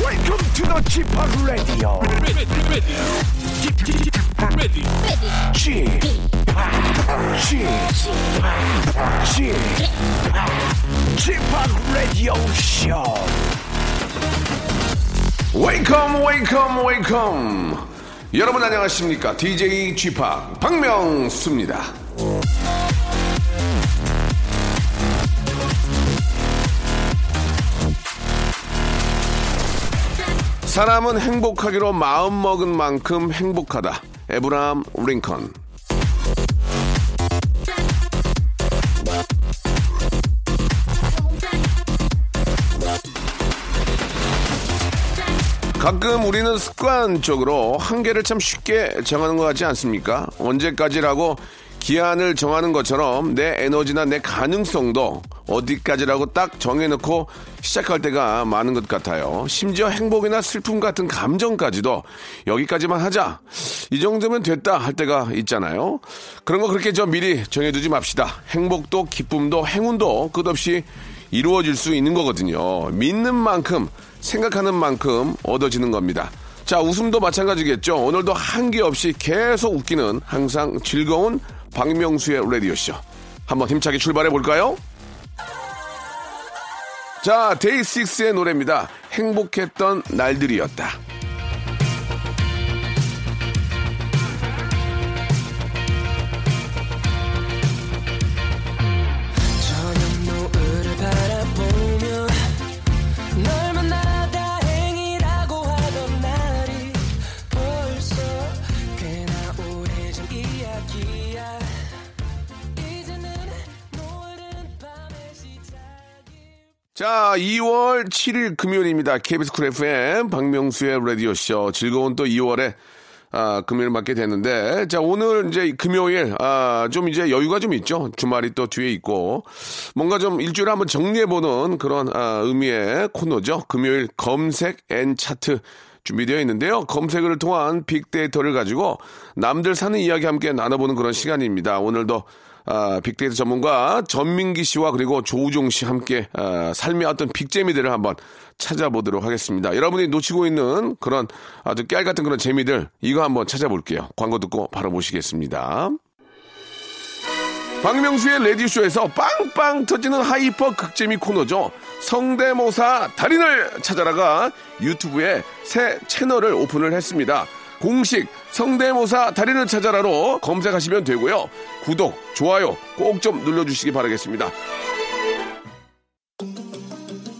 Welcome to the g p o p Radio. ready, ready, ready, ready. g p o p g p o p g p o p Radio Show. 웨이컴 웨이컴 웨이컴 여러분 안녕하십니까 DJ g 파 박명수입니다 사람은 행복하기로 마음먹은 만큼 행복하다 에브람 링컨 가끔 우리는 습관적으로 한계를 참 쉽게 정하는 것 같지 않습니까? 언제까지라고 기한을 정하는 것처럼 내 에너지나 내 가능성도 어디까지라고 딱 정해놓고 시작할 때가 많은 것 같아요. 심지어 행복이나 슬픔 같은 감정까지도 여기까지만 하자. 이 정도면 됐다 할 때가 있잖아요. 그런 거 그렇게 좀 미리 정해두지 맙시다. 행복도 기쁨도 행운도 끝없이 이루어질 수 있는 거거든요. 믿는 만큼, 생각하는 만큼 얻어지는 겁니다. 자, 웃음도 마찬가지겠죠. 오늘도 한계 없이 계속 웃기는 항상 즐거운 박명수의 라디오쇼. 한번 힘차게 출발해 볼까요? 자, 데이식스의 노래입니다. 행복했던 날들이었다. 저녁 노을을 바라보며 널 만나 다행이라고 하던 날이 벌써 꽤나 오래전 이야기야 이제는 모든 밤의 시작이 자, 2월 7일 금요일입니다. KBS 쿨 FM 박명수의 라디오쇼. 즐거운 또 2월에 아, 금요일 맞게 됐는데, 자, 오늘 이제 금요일, 아, 좀 이제 여유가 좀 있죠. 주말이 또 뒤에 있고, 뭔가 좀 일주일에 한번 정리해보는 그런 아, 의미의 코너죠. 금요일 검색 앤 차트. 준비되어 있는데요. 검색을 통한 빅데이터를 가지고 남들 사는 이야기 함께 나눠보는 그런 시간입니다. 오늘도 아, 빅데이터 전문가 전민기 씨와 그리고 조우종 씨 함께 아, 삶의 어떤 빅재미들을 한번 찾아보도록 하겠습니다. 여러분이 놓치고 있는 그런 아주 깨알 같은 그런 재미들 이거 한번 찾아볼게요. 광고 듣고 바로 모시겠습니다. 박명수의 레디쇼에서 빵빵 터지는 하이퍼 극재미 코너죠. 성대모사 달인을 찾아라가 유튜브에 새 채널을 오픈을 했습니다. 공식 성대모사 달인을 찾아라로 검색하시면 되고요. 구독, 좋아요 꼭 좀 눌러주시기 바라겠습니다.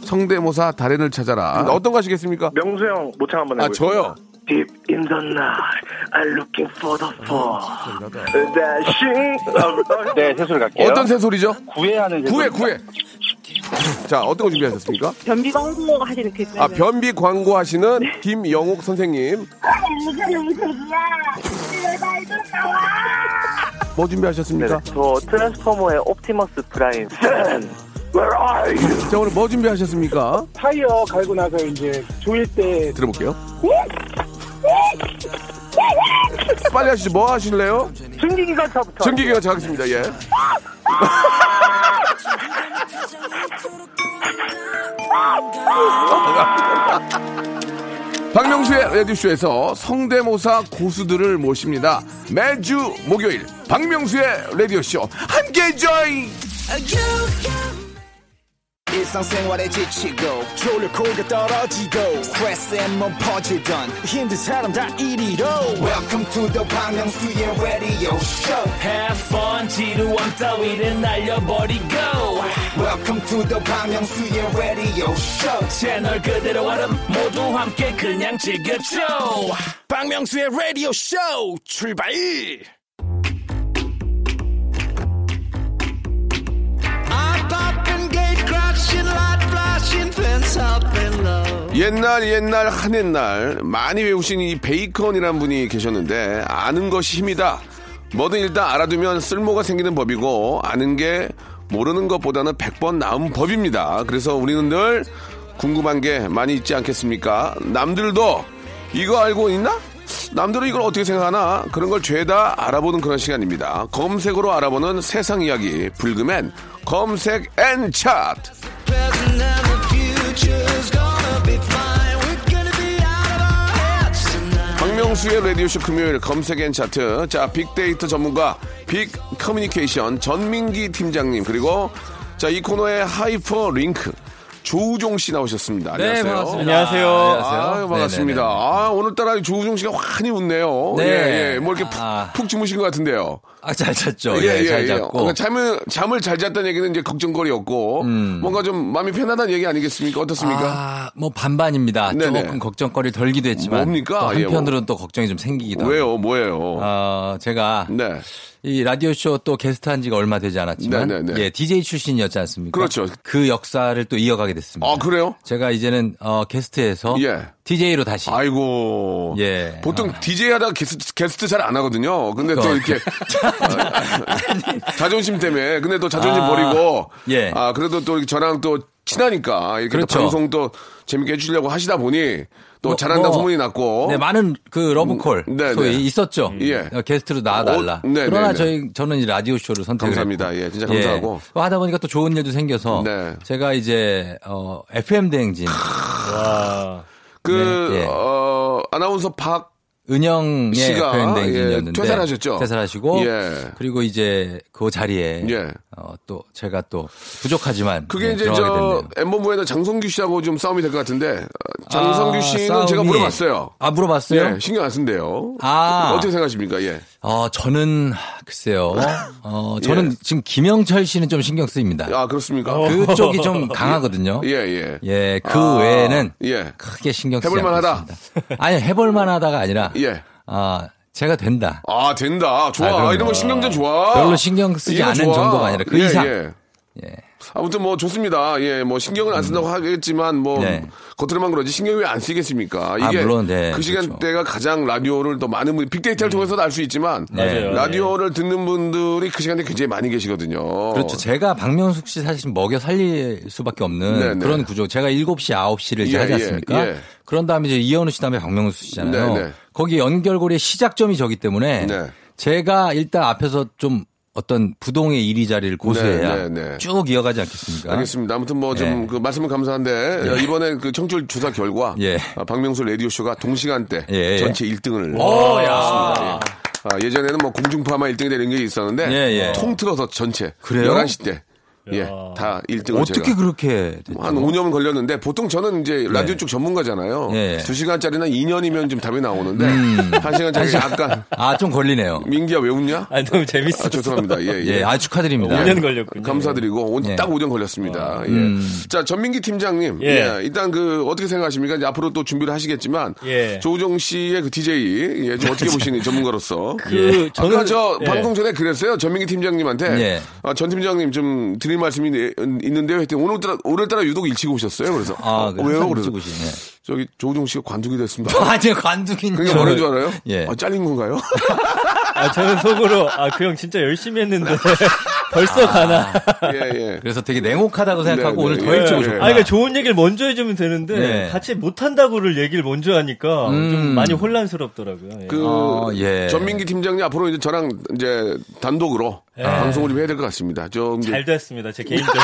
성대모사 달인을 찾아라. 어떤 거 하시겠습니까? 명수 형 모창 한번 아, 해보세요. 저요. Deep in the night, I'm looking for the fall. Dashing. 네, 세수를 갈게요. 어떤 새소리죠? 구애하는 구해, 새소리. 구해. 자, 어떤 거 준비하셨습니까? 변비 광고 하시는 그 아, 변비 광고하시는 김영옥 선생님. 뭐 준비하셨습니까? 저그 트랜스포머의 옵티머스 프라임. Where are you? 자, 오늘 뭐 준비하셨습니까? 네. 타이어 갈고 나서 이제 조일 때 들어볼게요. 빨리 하시죠. 뭐 하실래요? 승기기관차부터. 전기기가 정하겠습니다. 예. 박명수의 라디오쇼에서 성대모사 고수들을 모십니다. 매주 목요일 박명수의 라디오쇼 함께 join. 일상생활에 지치고, 졸려 코가 떨어지고, 스트레스에 몸 퍼지던, 힘든 사람 다 이리로. welcome to the Bang Myung-soo's radio show Have fun 지루함 따위를 날려버리고 welcome to the Bang Myung-soo's radio show 채널 그대로 얼음 모두 함께 그냥 즐겨줘 박명수의 radio show 출발 옛날 옛날 한 옛날 많이 외우신 이 베이컨이란 분이 계셨는데 아는 것이 힘이다. 뭐든 일단 알아두면 쓸모가 생기는 법이고 아는 게 모르는 것보다는 100번 나은 법입니다. 그래서 우리는 늘 궁금한 게 많이 있지 않겠습니까? 남들도 이거 알고 있나? 남들은 이걸 어떻게 생각하나? 그런 걸 죄다 알아보는 그런 시간입니다. 검색으로 알아보는 세상 이야기 불금엔 검색 앤 차트 Present and the future's gonna be fine with 박명수의 라디오쇼 금요일 검색엔 차트. 자, 빅데이터 전문가, 빅 커뮤니케이션 전민기 팀장님, 그리고 자, 이 코너의 하이퍼 링크. 조우종 씨 나오셨습니다. 안녕하세요. 네, 안녕하세요. 네, 네, 아유, 반갑습니다. 아, 오늘따라 조우종 씨가 환히 웃네요. 네. 예, 예. 뭐 이렇게 푹, 아. 푹 주무신 것 같은데요. 아, 잘 잤죠. 예, 잘 잤고. 어, 잠을, 잠을 잘 잤다는 얘기는 이제 걱정거리였고, 뭔가 좀 마음이 편하다는 얘기 아니겠습니까? 어떻습니까? 아, 뭐 반반입니다. 네네. 조금 걱정거리 덜기도 했지만 뭡니까? 또 예, 뭐. 한편으로는 또 걱정이 좀 생기기도 하고. 왜요? 뭐예요? 어, 제가 네. 이 라디오 쇼 또 게스트 한 지가 얼마 되지 않았지만 네네네. 예, DJ 출신이었지 않습니까? 그렇죠. 그 역사를 또 이어가게 됐습니다. 아, 그래요? 제가 이제는 어, 게스트에서 예. DJ로 다시 아이고. 예. 보통 DJ 하다 게스트, 게스트 잘 안 하거든요. 근데 또 그거. 이렇게. 자존심 때문에. 근데 또 자존심 아, 버리고. 예. 아, 그래도 또 이렇게 저랑 또 친하니까. 이렇게 또 그렇죠. 방송 또 재밌게 해주려고 하시다 보니 또 뭐, 잘한다 뭐, 소문이 났고. 네, 많은 그 러브콜 음, 네, 소위 네. 있었죠. 예. 어, 게스트로 나와달라. 어, 네, 그러나 네, 네. 저희 저는 이 라디오 쇼를 선택을 감사합니다. 했고. 예, 진짜 감사하고. 뭐 하다 보니까 또 좋은 일도 생겨서 네. 제가 이제 어, FM 대행진 그, 네, 예. 어, 아나운서 박. 은영의 씨가, FM 대행진이었는데 예, 퇴사하셨죠? 퇴사하시고 예. 그리고 이제 그 자리에 예. 어, 또 제가 또 부족하지만 그게 네, 이제 들어가게 저 됐네요. 엠버부에는 장성규 씨하고 좀 싸움이 될 것 같은데 어, 장성규 아, 씨는 싸움이- 제가 물어봤어요. 아 물어봤어요? 예, 신경 안 쓴대요. 아. 어떻게 생각하십니까? 예. 어, 저는 글쎄요. 어, 저는 지금 김영철 씨는 좀 신경 쓰입니다. 예. 아 그렇습니까? 어. 그쪽이 좀 강하거든요. 예, 예. 예, 그 아, 외에는 예. 크게 신경 쓰지 해볼 만하다. 않고 있습니다. 아니, 해볼 만하다가 아니라 예. 아, 제가 된다. 아, 된다. 좋아. 아, 그럼요. 이런 거 신경전 좋아. 별로 신경 쓰지 이거 예, 않은 정도가 아니라 그 이상. 아무튼 뭐 좋습니다. 예, 뭐 신경을 안 쓴다고 하겠지만 뭐 음. 네. 겉으로만 그러지 신경 왜 안 쓰겠습니까? 아, 이게 물론, 네, 음. 그 시간대가 가장 라디오를 더 많은 분 빅데이터를 통해서도 알 수 있지만 네. 맞아요. 라디오를 듣는 분들이 그 시간대 굉장히 많이 계시거든요. 그렇죠. 제가 박명숙 씨 사실 먹여 살릴 수밖에 없는 네, 네. 그런 구조. 제가 7시, 9시를 이제 예, 하지 예, 않습니까? 예. 그런 다음에 이제 이현우 씨 다음에 박명숙 씨잖아요. 네, 네. 거기 연결고리의 시작점이 저기 때문에 네. 제가 일단 앞에서 좀 어떤 부동의 이리 자리를 고수해야 네, 네, 네. 쭉 이어가지 않겠습니까? 알겠습니다. 아무튼 뭐 좀 예. 그 말씀은 감사한데 어, 이번에 그 청취율 조사 결과 예. 아, 박명수 라디오 쇼가 동시간대 예, 예. 전체 1등을 오, 어, 야. 했습니다. 예. 아, 예전에는 뭐 공중파만 1등이 되는 게 있었는데 예, 예. 통틀어서 전체 그래요? 11시 때 예, 다 1등을 어떻게 제가 그렇게 됐죠? 한 5년 걸렸는데 보통 저는 이제 라디오 예. 쪽 전문가잖아요. 예, 예. 2시간짜리나 2년이면 좀 답이 나오는데 음. 1시간짜리 약간 아, 좀 걸리네요. 민기야 왜 웃냐? 아, 너무 재밌어. 아, 죄송합니다. 예, 예. 예, 아, 축하드립니다. 오 년 걸렸군요. 감사드리고 온- 예. 딱 5년 걸렸습니다. 예. 자 전민기 팀장님, 예. 예, 일단 그 어떻게 생각하십니까? 이제 앞으로 또 준비를 하시겠지만 예. 조우정 씨의 그 DJ 예, 좀 어떻게 보시니 전문가로서? 그 저는 아까 저 예. 방송 전에 그랬어요 전민기 팀장님한테 예. 아, 전 팀장님 좀 드릴 말씀이 네, 음, 있- 있는데요. 했더니 오늘따라 오늘따라 유독 일찍 오셨어요. 그래서 아, 어, 그 왜요? 항상 그래서 일찍 오시네. 저기 조우정 씨가 관두게 됐습니다. 아, 제가 관두긴 그게 줄- 뭐라는 줄 알아요? 예. 아, 잘린 건가요? 아, 저는 속으로 아 그 형 진짜 열심히 했는데 벌써 가나. 예, 예. 그래서 되게 냉혹하다고 생각하고 네, 오늘 네. 더 일찍 예, 아, 오셨구나. 그러니까 좋은 얘기를 먼저 해주면 되는데 네. 음. 같이 못한다고를 얘기를 먼저 하니까 좀 많이 혼란스럽더라고요. 예. 그 어, 예. 전민기 팀장님 앞으로 이제 저랑 이제 단독으로 방송을 좀 해야 될 것 같습니다. 좀 이제 잘 됐습니다. 제 개인적인.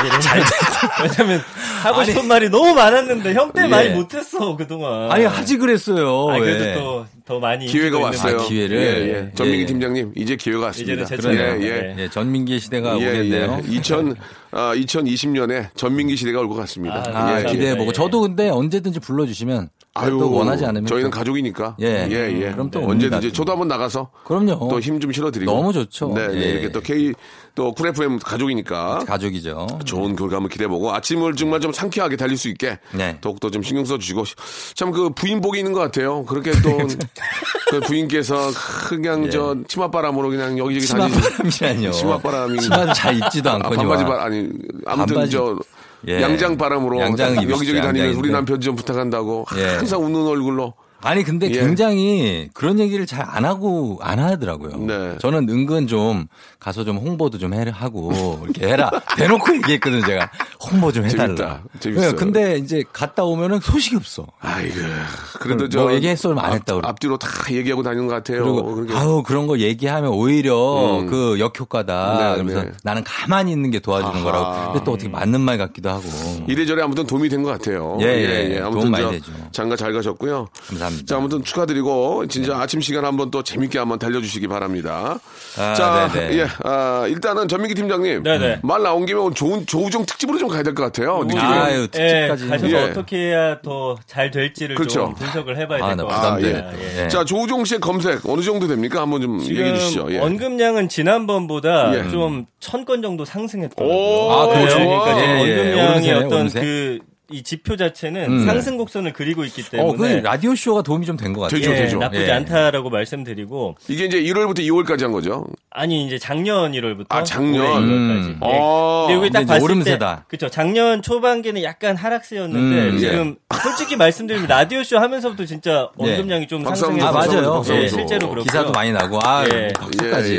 왜냐면 하고 싶은 말이 너무 많았는데 형 때 예. 많이 못했어 그동안. 아니, 하지 그랬어요. 아, 예. 그래도 또 더 많이 기회가 인기도 왔어요. 있는데. 아, 기회를. 예, 예. 전민기 예. 팀장님 이제 기회가 왔습니다. 이제는 제 그러네요. 차례네요. 예, 예. 네. 예, 전민기의 시대가 예, 오겠네요. 예. 2000, 아, 2020년에 전민기 시대가 올 것 같습니다. 아, 아, 예, 예. 기대해보고. 예. 저도 근데 언제든지 불러주시면. 또 원하지 않으면. 저희는 또- 가족이니까. 예. 예, 예. 그럼 또 언제든지 옵니다. 저도 한번 나가서 그럼요. 또 힘 좀 실어드리고. 너무 좋죠. 네, 네. 예. 이렇게 또 K 또쿨 FM 가족이니까 가족이죠. 좋은 결과 한번 기대해보고 아침을 정말 좀 상쾌하게 달릴 수 있게 음. 네. 더욱더 좀 신경 써주시고 참 그 부인복이 있는 것 같아요. 그렇게 또 네. 그 부인께서 그냥 저 치맛바람으로 그냥 여기저기 다니시 치마바람이라뇨. 치맛바람이 치마도 잘 입지도 아, 않거든요. 반바지 바 아니 아무튼 반바지. 저 예. 양장바람으로 양장은 입으시죠, 여기저기 다니는 양장인데. 우리 남편 좀 부탁한다고 예. 항상 웃는 얼굴로 아니 근데 예. 굉장히 그런 얘기를 잘 안 하고 안 하더라고요. 네. 저는 은근 좀 가서 좀 홍보도 좀 해라 하고 이렇게 해라 대놓고 얘기했거든요 제가 홍보 좀 해달라. 재밌다. 재밌어요. 네, 근데 이제 갔다 오면은 소식이 없어. 아이고 그래도 뭐 저 얘기했으면 안 했다 그래. 앞뒤로 다 얘기하고 다니는 것 같아요. 그리고 어, 그렇게. 아우 그런 거 얘기하면 오히려 음. 그 역효과다. 네, 그러면서 네. 나는 가만히 있는 게 도와주는 아하. 거라고. 근데 또 어떻게 맞는 말 같기도 하고. 이래저래 아무튼 도움이 된 것 같아요. 예, 예. 아무튼 도움 많이 저 되죠. 장가 잘 가셨고요. 감사합니다. 감사합니다. 네. 자, 아무튼 축하드리고 진짜 아침 시간 한번 또 재밌게 한번 달려주시기 바랍니다. 아, 자, 네네. 예, 아, 일단은 전민기 팀장님 네네. 말 나온 김에 오늘 좋은 조우종 특집으로 좀 가야 될 것 같아요. 느낌이. 예, 가셔서 예. 어떻게 해야 더 잘 될지를 그렇죠. 좀 분석을 해봐야 아, 될 것 나 같아요. 부담돼. 예. 자, 조우종 씨의 검색 어느 정도 됩니까? 한번 좀 지금 얘기해 주시죠. 예. 원금량은 지난번보다 예. 좀 천 건 정도 상승했더라고요. 오, 아, 그래요? 그러니까 지금 예, 예. 원금량의 오르세요, 어떤 오르세요? 그 이 지표 자체는 음. 상승 곡선을 그리고 있기 어, 그 때문에 라디오 쇼가 도움이 좀 된 것 같아요. 예, 나쁘지 않다라고 말씀드리고 이게 이제 1월부터 2월까지 한 거죠. 아니 이제 작년 1월부터 아, 작년. 올해 1월까지. 음. 어. 네. 여기 근데 딱 이제 봤을 오름세다. 때, 그렇죠. 작년 초반기는 약간 하락세였는데 음, 지금 솔직히 말씀드리면 라디오 쇼 하면서부터 진짜 예. 원금량이 좀 박수 한번 상승해서 아, 맞아요. 박수 한번 예, 줘. 예, 실제로 예. 그렇고 기사도 많이 나고, 아, 박수까지.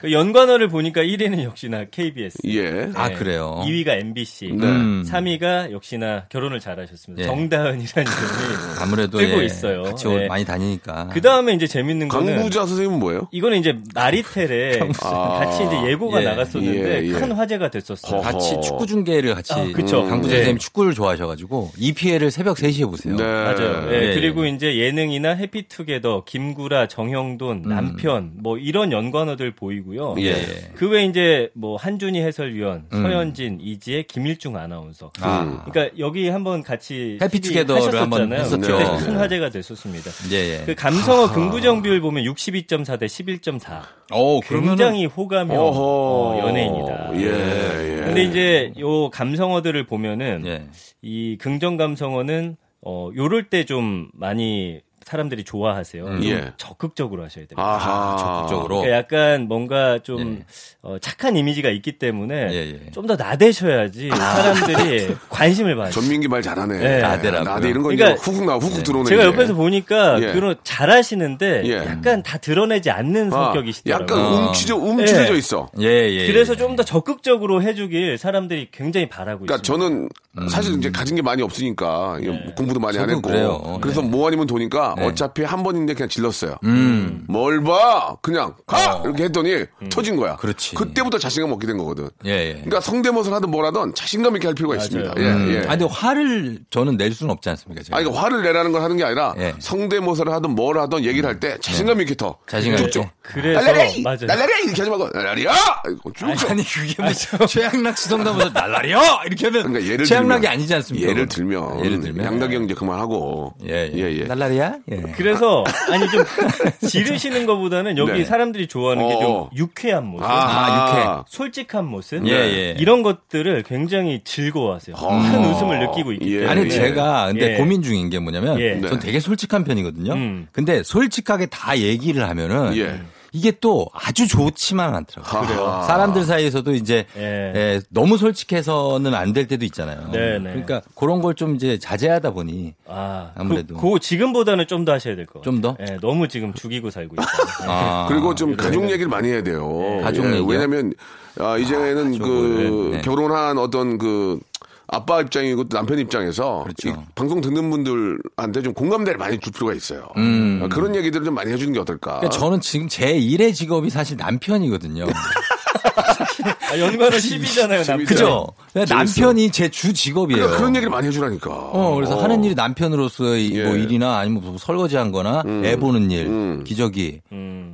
그 연관어를 보니까 1위는 역시나 KBS. 예. 네. 아, 그래요? 2위가 MBC. 네. 음. 3위가 역시나 결혼을 잘하셨습니다. 예. 정다은이라는 분이 아무래도 뜨고 예, 있어요. 같이 올- 예. 많이 다니니까. 그 다음에 이제 재밌는 거는 강부자 선생님은 뭐예요? 이거는 이제 마리텔에 아. 같이 이제 예고가 예. 나갔었는데 예, 예. 큰 화제가 됐었어요. 같이 축구 중계를 같이 음. 아, 그쵸. 강부재 네. 선생님 축구를 좋아하셔가지고 EPL을 새벽 3시에 보세요. 맞아요. 예, 예, 그리고 이제 예능이나 해피투게더, 김구라, 정형돈, 남편 뭐 이런 연관어들 보이고요. 음. 예, 예. 그 외에 이제 뭐 한준희 해설위원, 음. 서현진, 이지혜, 김일중 아나운서. 아. 그러니까 여기 한번 같이 해피투게더를 TV 한번 했었죠. 그때 큰 네. 화제가 됐었습니다. 예, 예. 그 감성어 하하. 긍부정 비율 보면 62.4 대 11.4. 어, 그러면은- 굉장히 호감형 어, 어허. 연예인이다. 예, 예. 근데 이제 요 감성어들을 보면은 이 긍정 감성어는 어 요럴 때 좀 많이 사람들이 좋아하세요. 좀 예. 적극적으로 하셔야 됩니다. 아하. 예. 아, 적극적으로. 그러니까 약간 뭔가 좀 어, 착한 이미지가 있기 예, 때문에 좀 더 아. 나대셔야지 사람들이 관심을 받아요. 전민기 말 잘하네. 예. 나대라고요? 나대 이런 거 이제 훅훅 나와, 훅훅 들어오네, 그러니까 제가 이게. 옆에서 보니까 예. 그런 잘하시는데 예. 약간 다 드러내지 않는 아, 성격이시더라고요. 네. 약간 움츠려 움츠려져 있어. 예, 예. 그래서 좀 더 적극적으로 해주길 사람들이 굉장히 바라고 그러니까 저는 사실 이제 가진 게 많이 없으니까 이거 네. 공부도 많이 안 음. 저도 했고 그래요. 래서뭐 아니면 도니까 네. 어차피 한 번인데 그냥 질렀어요. 음. 어. 뭘 봐? 그냥 가 이렇게 했더니 터진 거야. 그렇지. 때부터 자신감 얻게 된 거거든. 예, 예. 그러니까 성대모사를 하든 뭘 하든 자신감 있게 할 필요가 있습니다. 예, 음. 예. 아, 근데 화를 저는 낼 수는 없지 않습니까? 제가. 아니, 그러니까 화를 내라는 걸 하는 게 아니라 예. 성대모사를 하든 뭘 하든 얘기를 할 때 자신감 있게 터. 자신감 있게. 쭉쭉. 그래서- 날라리! 예. 맞아요. 날라리! 이렇게 하지 말고, 날라리야! 이거 쭉쭉. 아니, 그게 무슨 최양락 수성담에서 날라리요? 이렇게 하면 그러니까 예를 최양락이 들면, 아니지 않습니까? 예를 들면, 예를 들면. 양락이 형 이제 그만하고. 예, 예. 날라리야? 그래서 아니 좀 지르시는 것보다는 여기 네. 사람들이 좋아하는 게 좀 어어. 유쾌한 모습, 아하. 아, 유쾌. 솔직한 모습 예, 예. 이런 것들을 굉장히 즐거워하세요. 어. 음. 큰 웃음을 느끼고 있기 예, 때문에 아니 제가 근데 예. 고민 중인 게 뭐냐면 예. 전 네. 되게 솔직한 편이거든요. 음. 예. 근데 솔직하게 다 얘기를 하면은 이게 또 아주 좋지만 않더라고요. 그래요? 사람들 사이에서도 이제 예. 예, 너무 솔직해서는 안 될 때도 있잖아요. 네, 네. 그러니까 그런 걸 좀 이제 자제하다 보니 아, 아무래도. 그, 거 지금보다는 좀 더 하셔야 될 것 같아요. 좀 더? 예, 너무 지금 죽이고 살고 있다. 아. 네, 그리고 좀 요즘에는- 가족 얘기를 많이 해야 돼요. 가족 예, 얘기요? 왜냐면, 아, 이제는 그, 가족을, 네. 결혼한 어떤 그, 아빠 입장이고 또 남편 입장에서 그렇죠. 이 방송 듣는 분들한테 좀 공감대를 많이 줄 필요가 있어요. 음. 아, 그런 얘기들을 좀 많이 해주는 게 어떨까. 그러니까 저는 지금 제 일의 직업이 사실 남편이거든요. 아, 연관은 10이잖아요, 남편. 그죠? 그러니까 네. 재밌어. 남편이 제 주 직업이에요. 그러니까 그런 얘기를 많이 해주라니까. 어, 그래서 어. 하는 일이 남편으로서의 뭐 예. 일이나 아니면 뭐 설거지 한 거나 음. 애 보는 일, 기저귀.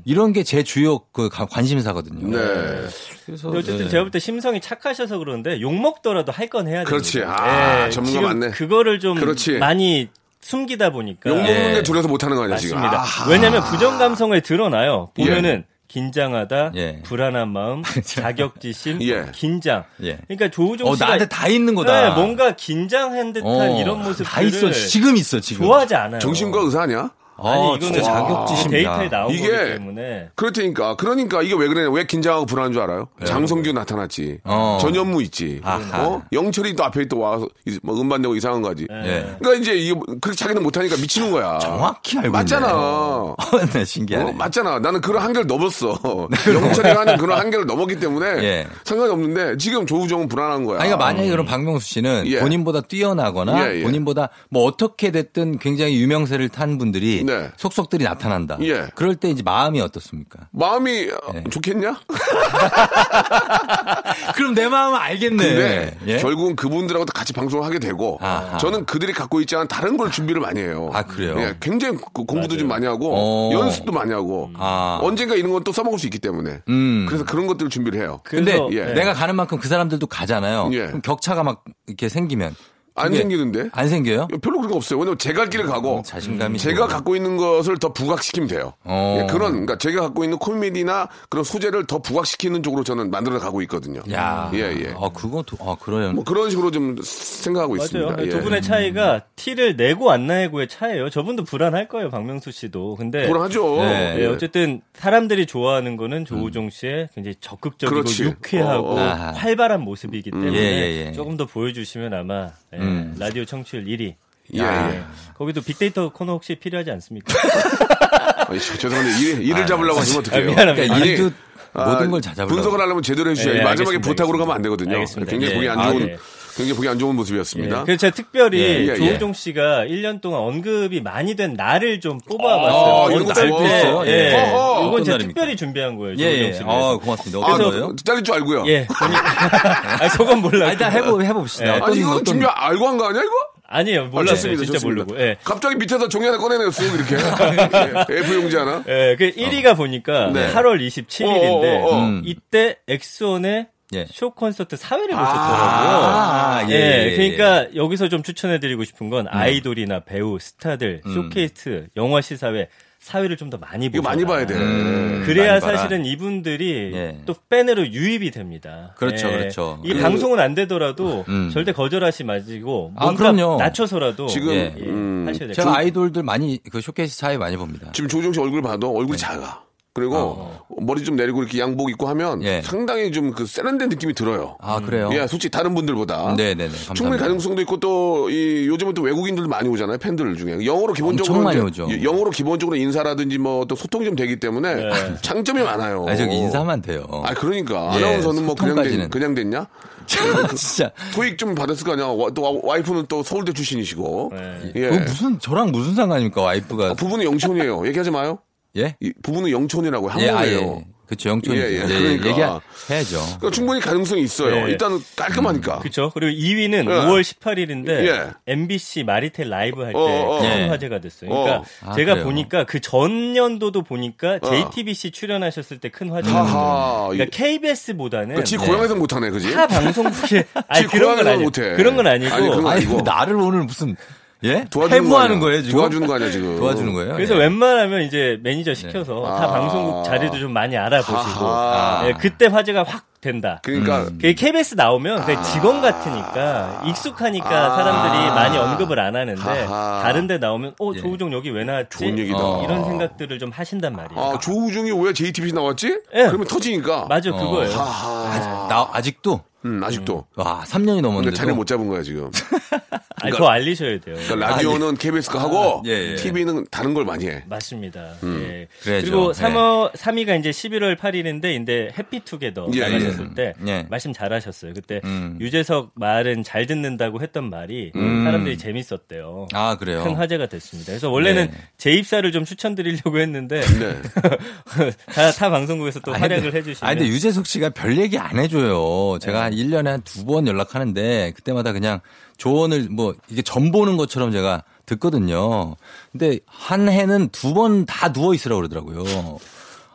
이런 게 제 주요 그 가- 관심사거든요. 네. 그래서 어쨌든 네. 제가 볼 때 심성이 착하셔서 그런데 욕 먹더라도 할 건 해야 돼요. 그렇지. 아, 전문가 지금 맞네. 그거를 좀 그렇지. 많이 숨기다 보니까 욕 예. 먹는 데 졸려서 못하는 거 아니야, 지금. 맞습니다. 아하. 왜냐하면 부정 감성에 드러나요. 예. 보면은 긴장하다, 불안한 마음, 자격지심, 긴장. 예. 그러니까 조우종 어, 씨가 나한테 다 있는 거다. 네, 뭔가 긴장한 듯한 어, 이런 모습들을 다 있어. 지금 있어, 지금. 좋아하지 않아요. 정신과 의사 아니야? 아, 진짜 자격지심이다. 데이터에 나온 어, 이게 거기 때문에 그렇다니까. 그러니까 이게 왜 그러냐. 왜 긴장하고 불안한 줄 알아요? 장성규 나타났지. 어. 전현무 있지. 아하. 어? 영철이 또 앞에 또 와서 이- 뭐 음반 내고 이상한 거지. 예. 그러니까 이제 이거 그렇게 자기는 못하니까 미치는 거야. 정확히 알고 맞잖아. 있네. 네, 신기하네. 어, 맞잖아. 나는 그런 한결 넘었어. 영철이가 하는 그런 한결을 넘었기 때문에 예. 상관이 없는데 지금 조우정은 불안한 거야. 아니, 그러니까 만약에 그럼 박명수 씨는 예. 본인보다 뛰어나거나 예, 예. 본인보다 뭐 어떻게 됐든 굉장히 유명세를 탄 분들이 네. 속속들이 나타난다. 예. 그럴 때 이제 마음이 어떻습니까? 마음이 예. 좋겠냐? 그럼 내 마음은 알겠네. 예? 근데 결국은 그분들하고 같이 방송을 하게 되고 저는 그들이 갖고 있지 않은 다른 걸 준비를 많이 해요. 아 그래요? 예, 굉장히 그 공부도 좀 많이 하고 어. 연습도 많이 하고 아. 언젠가 이런 건 또 써먹을 수 있기 때문에 음. 그래서 그런 것들을 준비를 해요. 근데 예. 내가 가는 만큼 그 사람들도 가잖아요. 예. 그럼 격차가 막 이렇게 생기면 안 그게 생기는데? 안 생겨요? 별로 그런 거 없어요. 왜냐면 제가 할 길을 가고 아. 음, 자신감이 제가 좋아. 갖고 있는 것을 더 부각시키면 돼요. 어. 예, 그런 그러니까 제가 갖고 있는 코미디나 그런 소재를 더 부각시키는 쪽으로 저는 만들어 가고 있거든요. 야, 예, 예. 아 그건 또- 아 그래요. 뭐 그런 식으로 좀 생각하고 맞아요. 네, 있습니다. 예. 두 분의 차이가 티를 내고 안 내고의 차이예요. 저분도 불안할 거예요, 박명수 씨도. 근데 불안하죠. 네, 예. 어쨌든 사람들이 좋아하는 거는 음. 조우종 씨의 굉장히 적극적이고 그렇지. 유쾌하고 어, 음. 어. 활발한 모습이기 때문에 아. 예, 예, 예. 조금 더 보여주시면 아마 예, 음. 라디오 청취율 1위. 예, 아. 예. 거기도 빅데이터 코너 혹시 필요하지 않습니까? 아니, 저- 죄송한데 일, 일을 잡으려고 하시면 아, 어떡해요. 그러니까 미안합니다. 그 아니, 일도 그러니까 모든 걸다 잡으려고. 분석을 하려면 제대로 해주셔야 예, 마지막에 알겠습니다, 부탁으로 알겠습니다. 가면 안 되거든요. 알겠습니다. 굉장히 예. 보기 안 아, 좋은, 예. 굉장히 보기 안 좋은 모습이었습니다. 그래서 제가 특별히 예, 예, 조우종 씨가 1년 동안 언급이 많이 된 날을 좀 뽑아봤어요. 아, 이런 거 어떤 좋아. 때, 예. 예. 어허. 이건 어떤 제가 날입니까? 특별히 준비한 거예요. 예, 조우종 예. 씨. 아, 고맙습니다. 어떤 그래서- 거예요? 잘릴 줄 알고요. 예. 아, 저건 몰라. 아, 일단 해보 해봅시다. 예. 어떤 그 아니, 이거 어떤- 준비 알고 한 거 아니야, 이거? 아니에요. 몰랐어요. 좋습니다, 진짜 좋습니다. 모르고. 예. 갑자기 밑에서 종이 하나 꺼내내요, 쓰고 이렇게. 예, F용지 하나? 예, 그 1위가 보니까 어. 네. 8월 27일인데 어, 어, 어, 어. 이때 엑소의 예. 쇼 콘서트 사회를 아, 보셨더라고요. 예, 예, 예. 그러니까 여기서 좀 추천해드리고 싶은 음. 건 아이돌이나 배우, 스타들, 음. 쇼케이스, 영화 시사회, 사회를 좀 더 많이 보고 이거 많이 봐야 돼. 음, 그래야 많이 봐라. 사실은 이분들이 예. 또 팬으로 유입이 됩니다. 예. 그렇죠, 그렇죠. 이 그- 방송은 안 되더라도 음. 절대 거절하시 마시고 아, 뭔가 그럼요. 낮춰서라도 지금, 예, 예, 음, 하셔야 돼요. 제가 아이돌들 많이 그 쇼케이스 사이 많이 봅니다. 지금 조정 씨 얼굴 봐도 예. 얼굴이 작아. 그리고 어. 머리 좀 내리고 이렇게 양복 입고 하면 예. 상당히 좀 그 세련된 느낌이 들어요. 아 그래요? 예, 솔직히 다른 분들보다. 네, 네, 네. 감사합니다. 충분히 가능성도 있고 또 이 요즘은 또 외국인들도 많이 오잖아요 팬들 중에 영어로 기본적으로 엄청 많이 이제 예, 오죠. 영어로 기본적으로 인사라든지 뭐 또 소통이 좀 되기 때문에 네. 장점이 많아요. 아, 저기 인사만 돼요. 아 그러니까 예, 아나운서는 뭐 그냥 된, 소통까지는. 그냥 됐냐? 아, 진짜. 토익 좀 받았을 거 아니야. 와, 또 와- 와이프는 또 서울대 출신이시고. 예. 그거 무슨 저랑 무슨 상관입니까 와이프가? 아, 부부는 영촌이에요. 얘기하지 마요. 예? 이 부부는 영촌이라고 예, 한국이에요. 아, 예. 그렇죠. 영촌이 예, 예. 예, 그러니까. 얘기해야죠. 그러니까 충분히 가능성이 있어요. 네. 예. 일단은 음, 깔끔하니까. 그렇죠. 그리고 2위는 예. 5월 18일인데 예. MBC 마리텔 라이브 할 때 어, 어, 어. 큰 예. 화제가 됐어요. 그러니까 어. 아, 제가 그래요? 보니까 그 전년도도 보니까 JTBC 출연하셨을 때 큰 화제가 됐어요. 하하. 그러니까 그러니까 KBS보다는 아, 그지 고향에서 못하네, 그지? 타 방송국에 아니 그런 건지 고향에서는 아니고 못해. 그런 건 아니고 아니, 그런 건 아니 아니고. 나를 오늘 무슨 예? 도와주는 거 해부하는 아니야. 거예요 지금? 도와주는 거 아니야, 지금. 도와주는 거예요? 그래서 예. 웬만하면 이제 매니저 시켜서 타 아. 방송국 자리도 좀 많이 알아보시고 아하. 예, 그때 화제가 확 된다. 그러니까 아. 음. 그 KBS 나오면 그냥 직원 같으니까 익숙하니까 사람들이 많이 언급을 안 하는데 아하. 예. 다른데 나오면 어 조우종 여기 왜 나왔지? 좋은 얘기다. 어, 이런 생각들을 좀 하신단 말이에요. 아, 조우중이 왜 JTBC 나왔지? 예. 그러면 터지니까. 맞아 어. 그거예요. 하하. 나 아직도 음, 아직도. 와 3년이 근데 넘었는데 자네 못 잡은 거야, 지금. 아니, 더 알리셔야 돼요. 그러니까 라디오는 KBS가 하고, 아, 예, 예. TV는 다른 걸 많이 해. 맞습니다. 예. 음, 그래야죠. 그리고 3월 3위가 이제 11월 8일인데 인데 해피투게더 예, 나가셨을 예. 때 예. 말씀 잘하셨어요. 그때 음. 유재석 말은 잘 듣는다고 했던 말이 사람들이 재밌었대요. 아 그래요? 큰 화제가 됐습니다. 그래서 원래는 네. 제 입사를 좀 추천드리려고 했는데 네. 다, 타 방송국에서 또 아니, 활약을 근데- 해주시면 네. 아니 근데 유재석 씨가 별 얘기 안 해줘요. 제가 한 1년에 한 두 번 연락하는데 그때마다 그냥 조언을 뭐 이게 점 보는 것처럼 제가 듣거든요. 근데 한 해는 두 번 다 누워 있으라고 그러더라고요.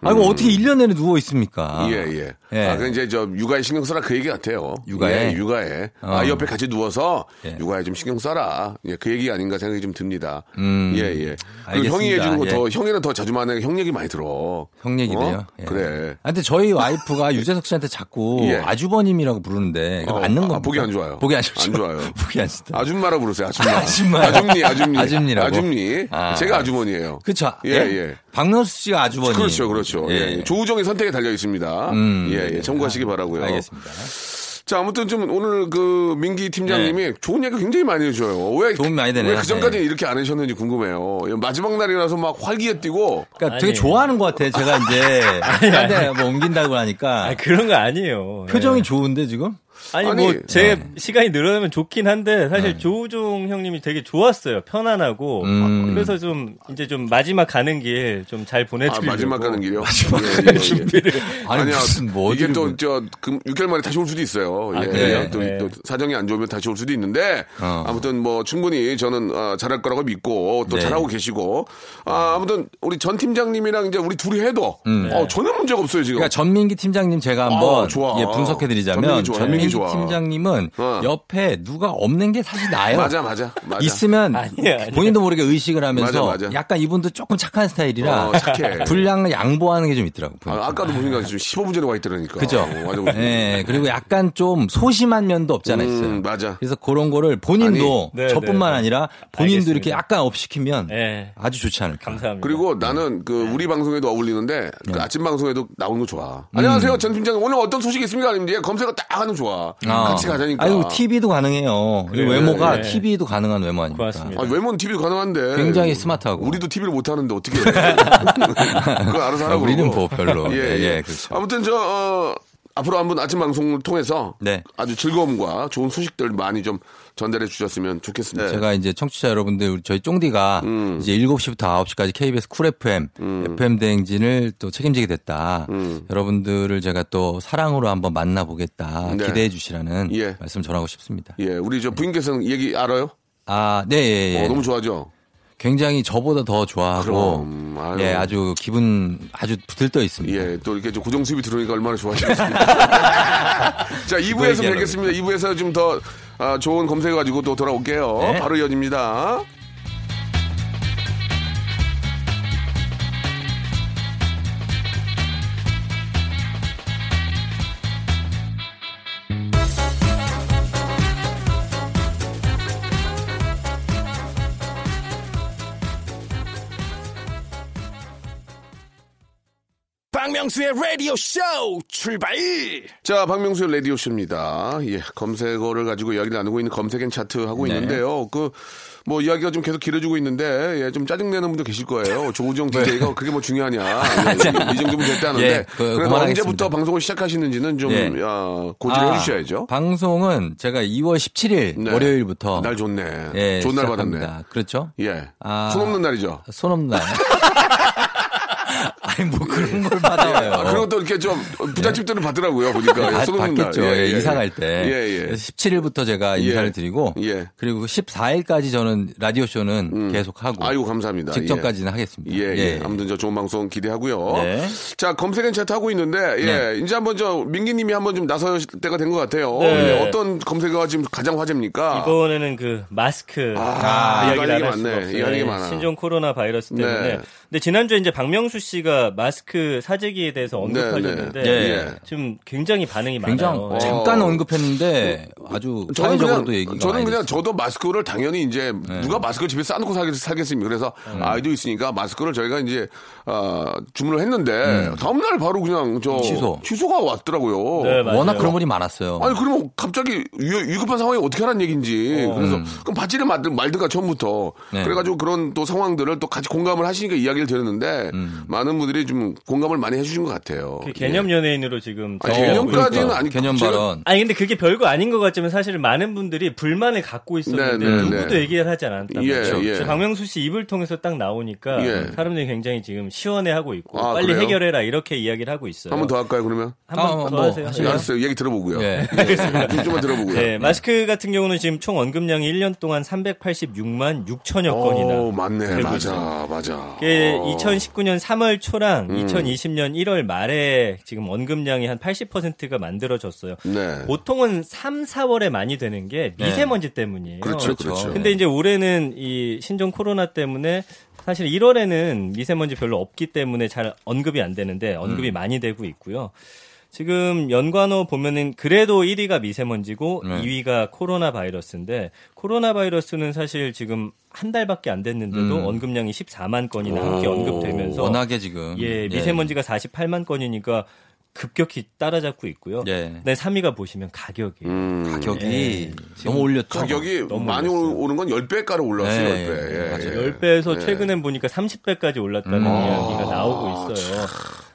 아이고 어떻게 1년 내내 누워 있습니까? 음. 예, 예. 예. 아, 그 이제 저 육아에 신경 써라 그 얘기 같아요. 육아에? 예, 육아에. 어. 아, 옆에 같이 누워서 예. 육아에 좀 신경 써라. 예, 그 얘기 아닌가 생각이 좀 듭니다. 음. 예, 예. 그리고 알겠습니다. 형이 해주는 거 예. 더, 형이랑 더 자주 만나니까 형 얘기 많이 들어. 형 얘기네요. 어? 예. 그래. 아, 근데 저희 와이프가 유재석 씨한테 자꾸 예. 아주버님이라고 부르는데 이거 어, 맞는 아, 겁니까? 보기 안 좋아요. 보기 안 안 좋죠. 좋아요. 보기 안 좋다. 아줌마라고 부르세요, 아줌마. 아줌마요? 아줌니, 아줌니. 아줌니라고? 아줌니. 아. 제가 아주머니예요 그렇죠. 예, 예. 박명수 씨가 아주버님. 그렇죠, 그렇죠. 예, 예. 조우정의 선택에 달려 있습니다. 음. 예, 예. 참고하시기 바라고요. 알겠습니다. 자, 아무튼 좀 오늘 그 민기 팀장님이 좋은 얘기 굉장히 많이 해줘요. 왜 네. 도움이 많이 되네요. 왜그 전까지 이렇게 안 하셨는지 궁금해요. 예, 마지막 날이라서 막 활기에 뛰고 그러니까 되게 아니. 좋아하는 것 같아요. 제가 이제 딴데뭐 옮긴다고 하니까 아니, 그런 아, 거 아니에요. 표정이 좋은데 지금 아니, 아니, 뭐 제 네. 시간이 늘어나면 좋긴 한데 사실 네. 조우종 형님이 되게 좋았어요. 편안하고 음. 그래서 좀 이제 좀 마지막 가는 길 좀 잘 보내드리고 아, 마지막 가는 길이요? 마지막 예, 가는 예, 예. 준비를 아니야, 이게 또저 6개월 만에 다시 올 수도 있어요. 뭐 아, 예, 그래요? 예, 또, 네. 어. 또 사정이 안 좋으면 다시 올 수도 있는데 아무튼 뭐 충분히 저는 아, 잘할 거라고 믿고 또 네. 잘하고 계시고 아, 아무튼 우리 전 팀장님이랑 이제 우리 둘이 해도 음. 네. 어, 전혀 문제가 없어요 지금. 그러니까 전민기 팀장님 아, 제가 한번 좋아. 예, 분석해드리자면 전민기 좋아, 전민기 전민기, 좋아. 어. 팀장님은 옆에 누가 없는 게 사실 나아요. 맞아, 맞아, 맞아. 있으면 아니야, 아니야. 본인도 모르게 의식을 하면서 맞아, 맞아. 약간 이분도 조금 착한 스타일이라 어, 착해. 분량을 양보하는 게 좀 있더라고. 아, 아까도 보니까 지금 15분전에 와 있더라니까. 그죠? 어, 맞아. 네, 예, 그리고 약간 좀 소심한 면도 없지 않아 있어요. 음, 맞아. 그래서 그런 거를 본인도 아니, 네, 저뿐만 네, 네. 아니라 본인도 알겠습니다. 네. 이렇게 약간 업시키면 아주 좋지 않을까. 감사합니다. 그리고 네. 나는 그 우리 방송에도 어울리는데 그 아침 방송에도 나오는 거 좋아. 안녕하세요 전 팀장님 오늘 어떤 소식이 있습니까? 아니면 얘 검색어 딱 하는 거 좋아. 같이 가자니까. 음. 아유, TV도 가능해요. 이 그래요. 외모가 네. TV도 가능한 외모 아닙니까? 아, 외모는 TV도 가능한데. 굉장히 스마트하고. 우리도 TV를 못하는데 어떻게 해. 그건 알아서 하라고. 우리는 그러고. 뭐 별로. 예, 예. 예, 그렇죠. 아무튼 저, 어, 앞으로 한번 아침 방송을 통해서 네. 아주 즐거움과 좋은 소식들 많이 좀 전달해 주셨으면 좋겠습니다. 제가 이제 청취자 여러분들 우리 저희 쫑디가 음. 이제 7시부터 9시까지 KBS 쿨 FM, FM 대행진을 또 책임지게 됐다. 음. 여러분들을 제가 또 사랑으로 한번 만나보겠다. 네. 기대해 주시라는 예. 말씀 전하고 싶습니다. 예, 우리 저 부인께서는 얘기 알아요? 아, 네, 예, 예. 어, 너무 좋아하죠? 굉장히 저보다 더 좋아하고 그럼, 아유. 예, 아주 기분 아주 들떠 있습니다. 예, 또 이렇게 좀 고정 수입이 들어오니까 얼마나 좋아하시겠습니까? 자, 2부에서 얘기하려고 뵙겠습니다. 2부에서 좀 더 아, 좋은 검색해 가지고 또 돌아올게요. 네. 바로 이어집니다. 박명수의 라디오 쇼 출발! 자, 박명수의 라디오 쇼입니다. 예, 검색어를 가지고 이야기를 나누고 있는 검색엔 차트 하고 네. 있는데요. 그 뭐 이야기가 좀 계속 길어지고 있는데 예, 좀 짜증 내는 분도 계실 거예요. 조우종 DJ가 그게 뭐 중요하냐 예, 이 정도면 됐다는데 네. 예, 그, 그래도 그만하겠습니다. 언제부터 방송을 시작하시는지는 좀 예. 어, 고지를 아, 해주셔야죠. 방송은 제가 2월 17일 네. 월요일부터 날 좋네. 예, 좋은 날 시작합니다. 받았네. 그렇죠? 예, 아. 손 없는 날이죠. 손 없는 날. 아니 뭐 그런 걸 받아요. 아, 그리고 또 이렇게 좀 부잣집들은 받더라고요 보니까 아, 예, 손 없는 어. 받겠죠. 날. 예, 이사 갈 때. 예, 예. 17일부터 제가 예. 음. 인사를 드리고 그리고 14일까지 저는 라디오 쇼는 계속 하고 아이고 감사합니다. 직전까지는 하겠습니다. 예, 예. 아무튼 저 좋은 방송 기대하고요. 네. 자 검색엔 차트 하고 있는데 예, 이제 한번 저 민기님이 한번 좀 나설 때가 된 것 같아요. 네. 예, 어떤 검색어가 지금 가장 화제입니까? 이번에는 그 마스크 아, 이거 이야기를 하는 게 안 할 수가 많네. 없어요. 이거 하는 게 네, 많아. 신종 코로나 바이러스 네. 때문에. 근데 지난주에 이제 박명수 씨가 마스크 사재기에 대해서 언급하셨는데 네, 네. 예. 지금 굉장히 반응이 굉장히 어, 많아요. 잠깐 언급했는데 아주 사회적으로도 얘기가 저는 많이 그냥 됐어요. 저도 마스크를 당연히 이제 네. 누가 마스크를 집에 싸놓고 살겠, 살겠습니까? 그래서 음. 아이도 있으니까 마스크를 저희가 이제 어, 주문을 했는데 다음날 바로 그냥 저 취소. 가 왔더라고요. 네, 워낙 그런 분이 많았어요. 아니 그러면 갑자기 위- 위급한 상황이 어떻게 하라는 얘기인지 그래서 그럼 바지를 말든 말든가 처음부터 네. 그래가지고 그런 또 상황들을 또 같이 공감을 하시니까 이야기를 드렸는데 많은 분들이 좀 공감을 많이 해주신 것 같아요. 그 개념 연예인으로 지금 아니, 정하고 그 개념까지는 그러니까 있고요. 아니, 개념 제가- 발언. 아니 근데 그게 별거 아닌 것 같지만 사실 많은 분들이 불만을 갖고 있었는데 네, 네, 누구도 네. 얘기를 하지 않았다. 예, 그렇죠? 예. 그래서 박명수 씨 입을 통해서 딱 나오니까 예. 사람들이 굉장히 지금 시원해하고 있고 아, 빨리 그래요? 해결해라 이렇게 이야기를 하고 있어요. 예. 한 번 더 할까요 그러면? 예, 한번더 아, 뭐, 하세요. 하세요. 알았어요. 얘기 들어보고요. 예. 알겠습니다. 좀- 좀만 들어보고요. 네, 마스크 같은 경우는 지금 총 언급량이 1년 동안 386만 6천여 건이나. 오, 맞네. 되고 맞아, 있어요. 맞아. 그게 어. 2019년 3월 초랑 음. 2020년 1월 말에 지금 언급량이 한 80%가 만들어졌어요. 네. 보통은 3, 4월에 많이 되는 게 네. 미세먼지 때문이에요. 그렇죠, 그렇죠. 네. 근데 이제 올해는 이 신종 코로나 때문에 사실 1월에는 미세먼지 별로 없기 때문에 잘 언급이 안 되는데 음. 언급이 많이 되고 있고요. 지금 연관어 보면은 그래도 1위가 미세먼지고 네. 2위가 코로나 바이러스인데 코로나 바이러스는 사실 지금 한 달밖에 안 됐는데도 음. 언급량이 14만 건이나 함께 오. 언급되면서 워낙에 지금. 예, 예. 미세먼지가 48만 건이니까 급격히 따라잡고 있고요. 예. 네, 3위가 보시면 가격이. 예, 가격이 너무 음, 올렸죠. 가격이 너무 많이 오는 건 10배가로 올라왔어요. 예, 10배. 예, 예. 10배에서 예. 최근엔 보니까 30배까지 올랐다는 음. 아, 이야기가 나오고 있어요.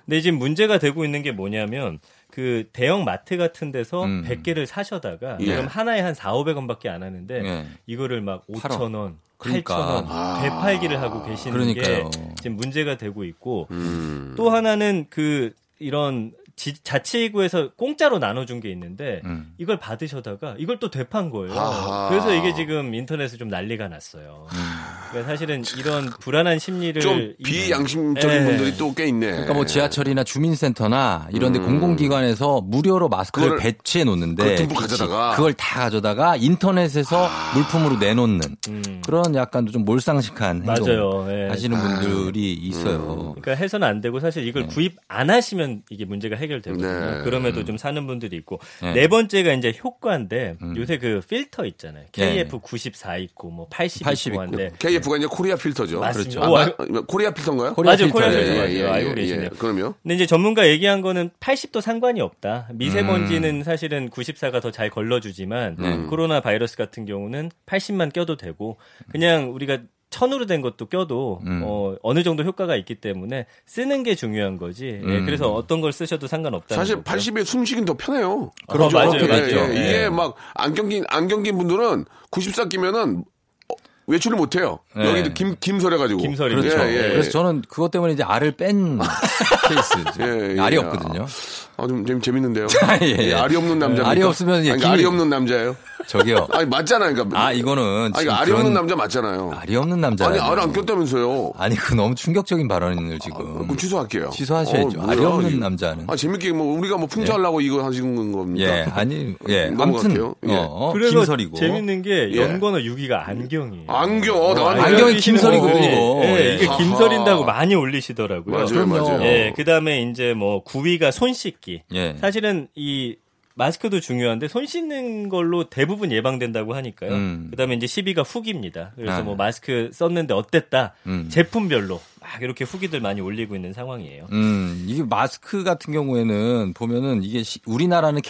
근데 지금 문제가 되고 있는 게 뭐냐면 그 대형 마트 같은 데서 음. 100개를 사셔다가 예. 그럼 하나에 한 4, 500원밖에 안 하는데 예. 이거를 막 5,000원, 그러니까. 8,000원 아. 되팔기를 하고 계시는 그러니까요. 음. 게 지금 문제가 되고 있고 또 하나는 그 이런 지- 자치구에서 공짜로 나눠준 게 있는데 음. 이걸 받으셔다가 이걸 또 되판 거예요. 아하. 그래서 이게 지금 인터넷에 좀 난리가 났어요. 그러니까 사실은 이런 불안한 심리를 아, 좀 비양심적인 예. 분들이 또 꽤 있네. 그러니까 뭐 지하철이나 주민센터나 이런데 공공기관에서 무료로 마스크를 음. 그걸- 배치해 그걸 놓는데 듬뿍 가져다가. 아. 그걸 다 가져다가 인터넷에서 물품으로 내놓는 그런 약간 좀 몰상식한 행동 음. 맞아요. 예. 하시는 분들이 음. 있어요. 그러니까 해서는 안 되고 사실 네. 이걸 구입 안 하시면 이게 문제가 해결되거든요. 네. 그럼에도 음. 좀 사는 분들이 있고 네. 네, 번째가 이제 효과인데 요새 그 필터 있잖아요. 네. KF94 있고 뭐 80, 있고 한데 KF가 이제 코리아 필터죠. 맞습니다. 아, 오, 마- 알- 코리아 필터인가요? 예, 코리아 맞아요, 필터. 코리아 필터 맞아요. 알고 계시네요. 그럼요. 근데 이제 전문가 얘기한 거는 80도 상관이 없다. 음. 미세먼지는 사실은 94가 더 잘 걸러주지만 네. 음. 코로나 바이러스 같은 경우는 80만 껴도 되고 그냥 우리가 천으로 된 것도 껴도 음. 어, 어느 정도 효과가 있기 때문에 쓰는 게 중요한 거지. 예, 음. 그래서 어떤 걸 쓰셔도 상관없다. 사실 80에 숨쉬긴 더 편해요. 그렇죠. 어, 맞아요, 예, 맞아요. 예. 예. 이게 막 안경낀 안경낀 분들은 94 끼면은 어, 외출을 못 해요. 예. 여기 김 김설해 가지고. 그렇죠. 예, 그래서 저는 그것 때문에 이제 알을 뺀 케이스. 예, 예. 알이 없거든요. 아, 좀, 좀 재밌는데요. 예, 예. 예, 알이 없는 남자. 알이 없으면 이제 아니, 그러니까 김이- 알이 없는 남자예요. 저기요. 아니 맞잖아요. 그러니까 아 이거는 아니, 지금 알이 없는 그런- 남자 맞잖아요. 알이 없는 남자. 아니, 알안 아, 꼈다면서요. 아니, 그 너무 충격적인 발언을 지금. 음, 그럼 취소할게요. 취소하셔야죠. 어, 뭐야, 알이 없는 이거. 남자는. 아 재밌게 뭐 우리가 뭐 풍자하려고 이거 하신 겁니까? 예, 아니, 예. 넘어갈게요. 아무튼, 예. 어, 그래서 김설이고. 재밌는 게 예. 연관어 6위가 안경이에요. 안경, 어, 나뭐 안경 안경이 끼시는 김설이거든요, 뭐. 분들이, 이거. 예, 이게 아하. 김설인다고 많이 올리시더라고요. 맞아요, 그럼요. 맞아요. 예, 그다음에 이제 뭐 9위가 손 씻기. 어. 예. 사실은 이 마스크도 중요한데 손 씻는 걸로 대부분 예방된다고 하니까요. 음. 그다음에 이제 10위가 후기입니다. 그래서 아. 뭐 마스크 썼는데 어땠다. 음. 제품별로 막 이렇게 후기들 많이 올리고 있는 상황이에요. 음, 이게 마스크 같은 경우에는 보면은 이게 시- 우리나라는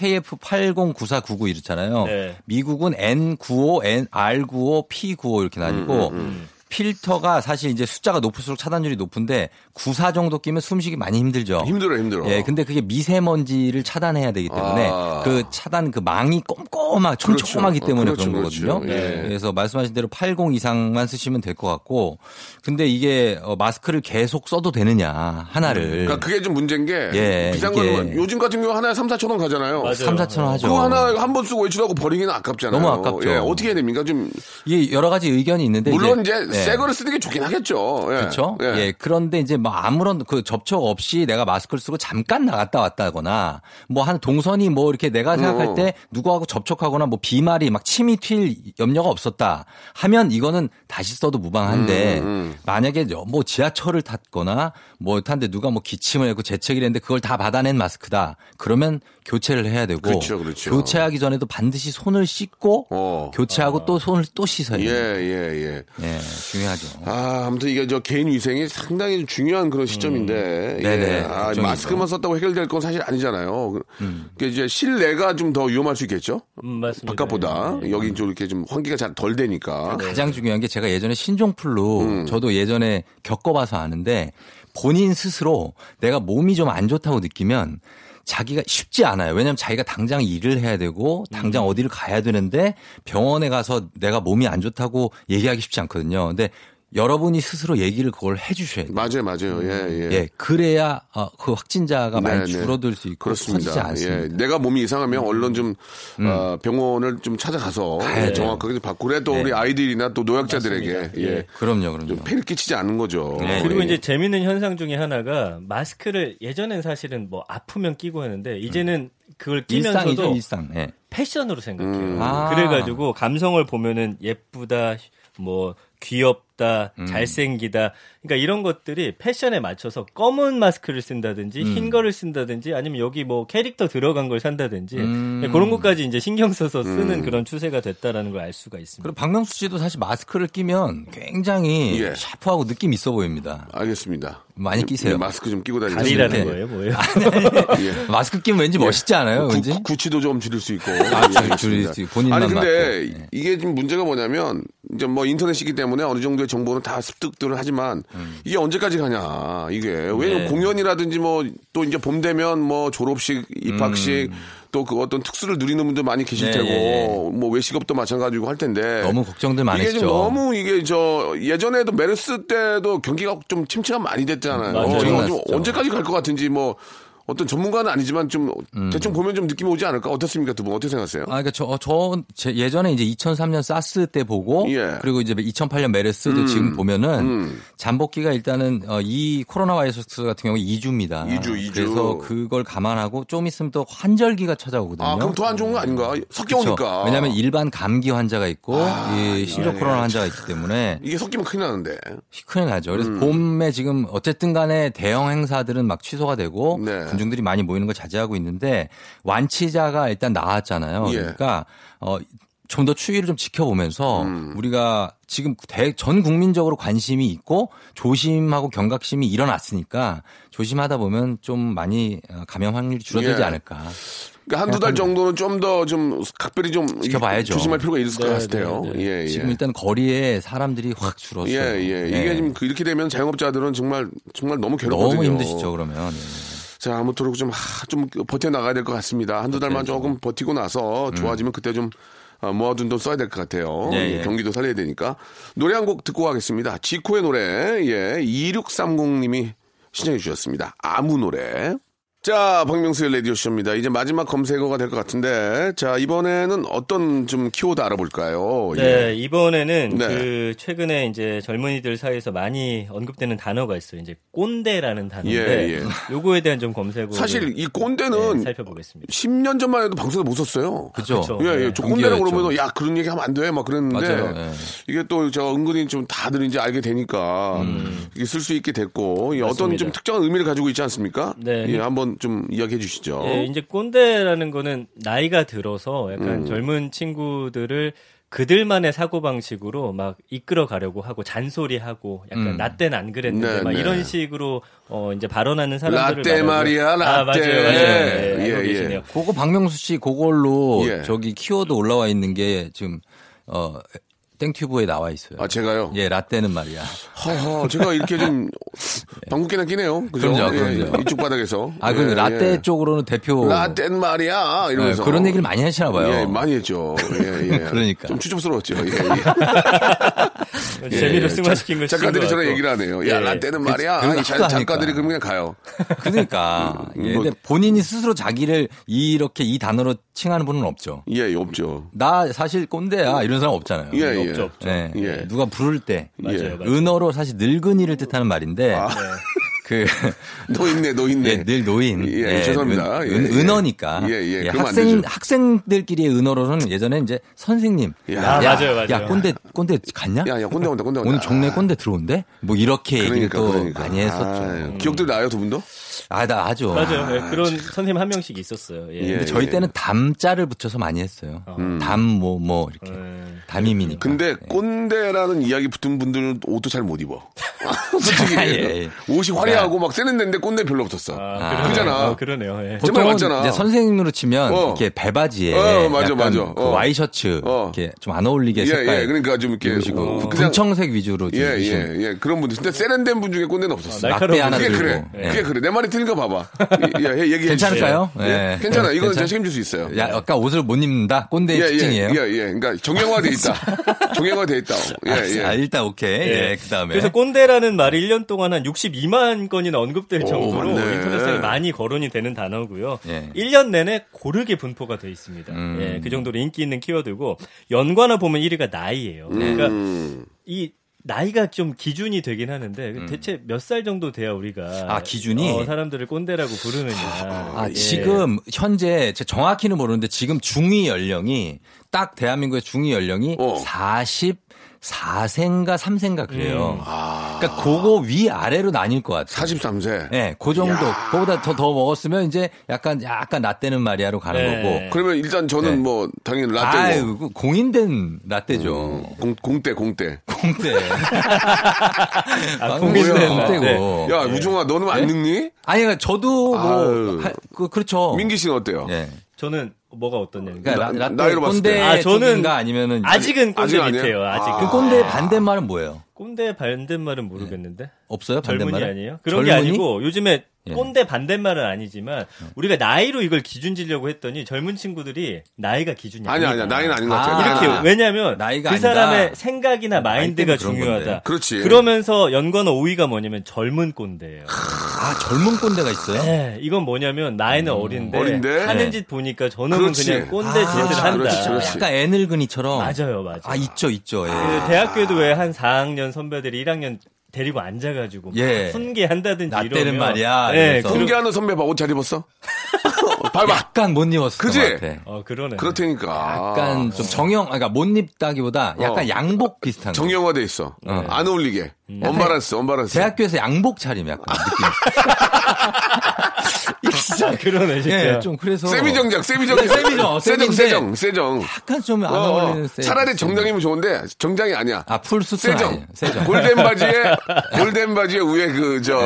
KF809499 이렇잖아요. 네. 미국은 N95, NR95, P95 이렇게 나뉘고 음, 필터가 사실 이제 숫자가 높을수록 차단율이 높은데 94 정도 끼면 숨쉬기 많이 힘들죠. 힘들어, 힘들어. 예, 근데 그게 미세먼지를 차단해야 되기 때문에 아. 그 차단 그 망이 꼼꼼하고 촘촘하기 그렇죠. 때문에 어, 그런 그렇죠, 거거든요. 그렇죠. 예. 그래서 말씀하신 대로 80 이상만 쓰시면 될 것 같고 근데 이게 어, 마스크를 계속 써도 되느냐 하나를 그러니까 그게 좀 문제인 게 예, 비싼 이게- 거는 뭐 요즘 같은 경우 하나에 3, 4천 원 가잖아요. 맞아요. 3, 4천 원 하죠. 그거 하나 한 번 쓰고 외출하고 버리기는 아깝잖아요. 너무 아깝죠. 예, 어떻게 해야 됩니까? 좀 이게 여러 가지 의견이 있는데 물론 이제 예. 새 거를 쓰는 게 좋긴 하겠죠. 예. 그렇죠. 예. 그런데 이제 뭐 아무런 그 접촉 없이 내가 마스크를 쓰고 잠깐 나갔다 왔다거나 뭐 한 동선이 뭐 이렇게 내가 생각할 어. 때 누구하고 접촉하거나 뭐 비말이 막 침이 튈 염려가 없었다 하면 이거는 다시 써도 무방한데 음, 만약에 여- 뭐 지하철을 탔거나 뭐 탔는데 누가 뭐 기침을 했고 재채기를 했는데 그걸 다 받아낸 마스크다 그러면 교체를 해야 되고 그렇죠, 그렇죠. 어. 교체하기 전에도 반드시 손을 씻고 교체하고 또 손을 또 씻어야 예, 돼요. 예, 예. 예, 중요하죠. 아, 아무튼 이게 저 개인 위생이 상당히 중요한 그런 시점인데. 예. 음. 네네, 아, 걱정이죠. 마스크만 썼다고 해결될 건 사실 아니잖아요. 그- 음. 그러니까 이제 실내가 좀 더 위험할 수 있겠죠. 음, 맞습니다. 바깥보다 네. 여기 좀 이렇게 좀 환기가 잘 덜 되니까. 아, 가장 중요한 게 제가 예전에 신종플루 저도 예전에 겪어봐서 아는데 본인 스스로 내가 몸이 좀 안 좋다고 느끼면 자기가 쉽지 않아요. 왜냐하면 자기가 당장 일을 해야 되고 당장 어디를 가야 되는데 병원에 가서 내가 몸이 안 좋다고 얘기하기 쉽지 않거든요. 근데 여러분이 스스로 얘기를 그걸 해주셔야 돼요. 맞아요, 맞아요. 예, 예. 예, 그래야 어, 그 확진자가 많이 네, 네. 줄어들 수 있고 커지지 않습니다. 음. 예, 내가 몸이 이상하면 얼른 좀 어, 병원을 좀 찾아가서 예, 가야죠. 네. 정확하게 좀 받고 그래 또 우리 아이들이나 또 노약자들에게 맞습니다. 예. 그럼요, 그럼요. 폐를 끼치지 않는 거죠. 네. 네. 그리고 예. 이제 재밌는 현상 중에 하나가 마스크를 예전엔 사실은 뭐 아프면 끼고 했는데 이제는 그걸 끼면서도 일상이죠, 일상. 예. 패션으로 생각해요. 음. 아. 그래가지고 감성을 보면은 예쁘다, 뭐 귀엽다, 음. 잘생기다. 그러니까 이런 것들이 패션에 맞춰서 검은 마스크를 쓴다든지 음. 흰 거를 쓴다든지 아니면 여기 뭐 캐릭터 들어간 걸 산다든지 네, 음. 그런 것까지 이제 신경 써서 음. 쓰는 그런 추세가 됐다라는 걸 알 수가 있습니다. 그리고 박명수 씨도 사실 마스크를 끼면 굉장히 예. 샤프하고 느낌 있어 보입니다. 알겠습니다. 많이 끼세요. 예, 마스크 좀 끼고 다니세요. 가리라는 네. 거예요, 뭐예요? 예. 마스크 끼면 왠지 멋있지 않아요? 구- 왠지? 구- 구치도 좀 줄일 수 있고. 아, 줄- 예, 줄일 있습니다. 수 있고, 본인만 네. 아니 근데 이게 지금 문제가 뭐냐면 이제 뭐 인터넷이기 때문에 어느 정도의 정보는 다 습득들을 하지만 음. 이게 언제까지 가냐 이게 왜냐면 네. 공연이라든지 뭐 또 이제 봄 되면 뭐 졸업식 입학식 또 그 어떤 특수를 누리는 분들 많이 계실 음. 네, 테고 네, 네. 뭐 외식업도 마찬가지고 할 텐데 너무 걱정들 많으시죠. 이게 지금 너무 이게 저 예전에도 메르스 때도 경기가 좀 침체가 많이 됐잖아요. 맞아요. 이거 좀 났었죠. 언제까지 갈 것 같은지 뭐 어떤 전문가는 아니지만 좀 대충 보면 좀 느낌 오지 않을까 어떻습니까 두 분 어떻게 생각하세요? 음. 아, 그러니까 저, 저 제- 예전에 이제 2003년 사스 때 보고 그리고 이제 2008년 메르스도 예. 음. 지금 보면은 잠복기가 일단은 어, 이 코로나 바이러스 같은 경우 2주입니다. 이 주, 이 주. 그래서 그걸 감안하고 좀 있으면 또 환절기가 찾아오거든요. 아 그럼 더 안 좋은 거 아닌가? 섞여 오니까 그렇죠. 왜냐하면 일반 감기 환자가 있고 이 신종 예. 코로나 환자가 있기 때문에 이게 섞이면 큰일 나는데. 큰일 나죠. 그래서 음. 봄에 지금 어쨌든 간에 대형 행사들은 막 취소가 되고 네. 군중들이 많이 모이는 걸 자제하고 있는데 완치자가 일단 나왔잖아요. 예. 그러니까 어, 좀 더 추이를 좀 지켜보면서 음. 우리가 지금 대, 전 국민적으로 관심이 있고 조심하고 경각심이 일어났으니까 조심하다 보면 좀 많이 어, 감염 확률이 줄어들지 예. 않을까. 그러니까 한두 달 정도는 좀 더 좀 각별히 좀 지켜봐야죠. 조심할 필요가 있을 것 네, 같아요. 네, 네. 예, 예. 지금 일단 거리에 사람들이 확 줄었어요. 예, 예. 이게 네. 지금 그 이렇게 되면 자영업자들은 정말 정말 너무 괴롭거든요. 너무 힘드시죠 그러면. 네. 자, 아무쪼록 좀, 하, 좀 버텨나가야 될 것 같습니다. 한두 달만 조금 버티고 나서 좋아지면 그때 좀 어, 모아둔 돈 써야 될 것 같아요. 예, 예. 예, 경기도 살려야 되니까. 노래 한 곡 듣고 가겠습니다. 지코의 노래, 예, 2630님이 신청해 주셨습니다. 아무 노래. 자, 박명수의 라디오쇼입니다. 이제 마지막 검색어가 될 것 같은데, 자, 이번에는 어떤 좀 키워드 알아볼까요? 네, 예. 이번에는 네. 그 최근에 이제 젊은이들 사이에서 많이 언급되는 단어가 있어요. 이제 꼰대라는 단어인데 예, 예. 요거에 대한 좀 검색을 사실 이 꼰대는 네, 살펴보겠습니다. 10년 전만 해도 방송에 못 썼어요. 그죠. 그죠. 예, 예. 네. 저 꼰대라고 경계였죠. 그러면 야 그런 얘기 하면 안 돼. 막 그랬는데 맞아요. 예. 이게 또 저 은근히 좀 다들 이제 알게 되니까 음. 이게 쓸 수 있게 됐고 이 어떤 맞습니다. 좀 특정한 의미를 가지고 있지 않습니까? 네. 예, 한번 좀 이야기해 주시죠. 예, 이제 꼰대라는 거는 나이가 들어서 약간 음. 젊은 친구들을 그들만의 사고 방식으로 막 이끌어 가려고 하고 잔소리하고 약간 음. 나 때는 안 그랬는데 네, 막 네. 이런 식으로 어 이제 발언하는 사람들을 라떼 말하고- 말이야, 아, 맞아요. 라떼. 맞아요. 네, 예, 알고 예. 계시네요. 그거 박명수 씨 그걸로 예. 저기 키워드 올라와 있는 게 지금 어 땡튜브에 나와 있어요. 아 제가요? 예, 라떼는 말이야. 허허, 제가 이렇게 좀 방귀깨나 끼네요. 그죠? 그럼요, 예, 그럼요. 이쪽 바닥에서. 아, 그 예, 라떼 예. 쪽으로는 대표 라떼 말이야 이러면서 네, 그런 얘기를 많이 하시나 봐요. 예, 많이 했죠. 예, 예. 그러니까. 좀 추접스러웠죠. 예, 예. 재미로 예, 승화시킨 작- 걸 쓰는 작가들이 것 저런 같고. 얘기를 하네요. 야 예. 라떼는 그- 말이야. 그건 아니, 하도 자- 하니까. 작가들이 그러면 그냥 가요. 그러니까. 음, 예, 뭐. 근데 본인이 스스로 자기를 이렇게 이 단어로 칭하는 분은 없죠. 예, 없죠. 나 사실 꼰대야 이런 사람 없잖아요. 예, 예. 없죠, 없죠. 예. 예. 누가 부를 때 맞아요, 예. 맞아요. 은어로 사실 늙은이를 뜻하는 말인데 아. 그 노인네, 노인네. 예, 늘 노인. 예, 죄송합니다. 은, 예, 은- 예. 은어니까. 예, 예, 그러면 안 학생 되죠. 학생들끼리의 은어로는 예전에 이제 선생님. 야, 맞아요, 맞아요. 야 꼰대 꼰대 갔냐? 야, 야, 꼰대 온다, 꼰대 온다. 아, 오늘 종래 꼰대 들어온대? 뭐 이렇게 얘기를 그러니까, 또 그러니까. 많이 했었죠. 아유, 기억들 나요, 두 분도? 아, 나 아죠. 맞아요. 예, 그런 선생님 한 명씩 있었어요. 예. 근데 저희 때는 담자를 붙여서 많이 했어요. 담 뭐 뭐 이렇게 네. 담임이니까. 음. 근데 꼰대라는 이야기 붙은 분들은 옷도 잘 못 입어. 솔직히 아, 예, 예. 옷이 화려하고 막 세련된데 꼰대 별로 없었어. 그러네요. 그잖아. 어, 그러네요. 예. 정말 보통은 맞잖아. 이제 선생님으로 치면 어. 이렇게 배바지에 어, 맞아, 약간 맞아. 그 어. 와이셔츠 이렇게 좀 안 어울리게 예, 색깔 예, 그러니까 좀 이렇게 입으시고 어, 군- 그냥- 군청색 위주로 좀 예, 입으시는 예, 예. 그런 분들. 근데 세련된 분 중에 꼰대는 없었어. 아, 날카로운 낙대 그게 하나 그래. 들고. 그게 예. 그래. 내 말이 틀린 거 봐봐. 예, 예, 얘기해 괜찮을까요? 주세요. 예. 괜찮아. 이건 제가 책임질 수 있어요. 야, 아까 옷을 못 입는다. 꼰대의 예, 특징이에요. 예, 예, 예. 그러니까 정형화돼 있다. 정형화돼 있다. 예, 예. 아, 일단 오케이. 예, 그다음에 그래서 꼰대라는 말이 1년 동안 한 62만 건이나 언급될 정도로 맞네. 인터넷상에 많이 거론이 되는 단어고요. 예. 1년 내내 고르게 분포가 돼 있습니다. 음. 예, 그 정도로 인기 있는 키워드고 연관어 보면 1위가 나이예요. 네. 그러니까 음. 이 나이가 좀 기준이 되긴 하는데 그 대체 몇 살 정도 돼야 우리가 아, 기준이? 어, 사람들을 꼰대라고 부르느냐. 아, 예. 지금 현재 제 정확히는 모르는데 지금 중위 연령이 딱 대한민국의 중위 연령이 어. 44세인가 3세인가 그래요. 음. 아. 그러니까 그거 위 아래로 나뉠 것 같아요. 43세. 네, 그 정도. 그보다 더 더 먹었으면 이제 약간 약간 라떼는 말이야로 가는 거고. 예. 그러면 일단 저는 네. 뭐 당연히 라떼고 아유, 그 공인된 라떼죠. 공, 공대 공대 공대 아, 뭐야. 네. 공인된 네. 라떼고. 야 우종아 네? 너는 안 늙니? 아니, 그러니까 저도 뭐, 아유. 하- 그, 그렇죠. 민기 씨는 어때요? 저는 뭐가 어떠냐면 그러니까 나- 나- 나이로 봤을 때. 꼰대 아 저는 쪽인가 아니면은 이제- 아직은 꼰대 아직은 아니에요? 밑에요. 아직 그 꼰대의 반대말은 뭐예요? 꼰대 반대말은 모르겠는데 없어요? 젊은이 반대말은? 아니에요? 그런 게 젊은이? 아니고 요즘에 예. 꼰대 반대말은 아니지만 예. 우리가 나이로 이걸 기준 지려고 했더니 젊은 친구들이 나이가 기준이 아니야, 아니다. 아니야. 나이는 아닌 것 같아요. 나이는 이렇게 아니야. 왜냐하면 나이가 그 아니다. 사람의 생각이나 나이 마인드가 때문에 그런 건데. 중요하다. 그렇지. 러면서 연관어 5위가 뭐냐면 젊은 꼰대예요. 아 젊은 꼰대가 있어요? 네, 이건 뭐냐면 나이는 음, 어린데, 어린데? 하는 네. 짓 보니까 저는 그 그냥 꼰대 아, 짓을 한다. 아, 약간 어. 애늙은이처럼. 맞아요, 맞아요. 아 있죠, 있죠. 예. 그 대학교도 왜 한 4학년 선배들이 1학년 데리고 앉아가지고 막 예. 훈계한다든지 나 때는 이러면 말이야, 예, 그래서. 훈계하는 선배 봐 옷 잘 입었어? 봐봐. 약간 못 입었어. 그 그지? 어 그러네. 그렇죠. 그렇다니까. 약간 좀 정형, 그러니까 못 입다기보다 약간 어. 양복 비슷한. 거. 정형화돼 있어. 안 어울리게. 네. 음. 언바란스, 언바란스. 대학교에서 양복 차림 약간 느낌. 진짜 아, 그러네 예, 좀 그래서 세미 정장, 세미 정장. 네, 세미정, 세정, 세미인데 세정, 세정. 약간 좀 안 어, 어. 어울리는 세. 차라리 정장이면 좋은데 정장이 아니야. 아, 풀수트 세정. 아니에요. 세정. 네. 골덴 바지에 골덴 바지에 위에 그 저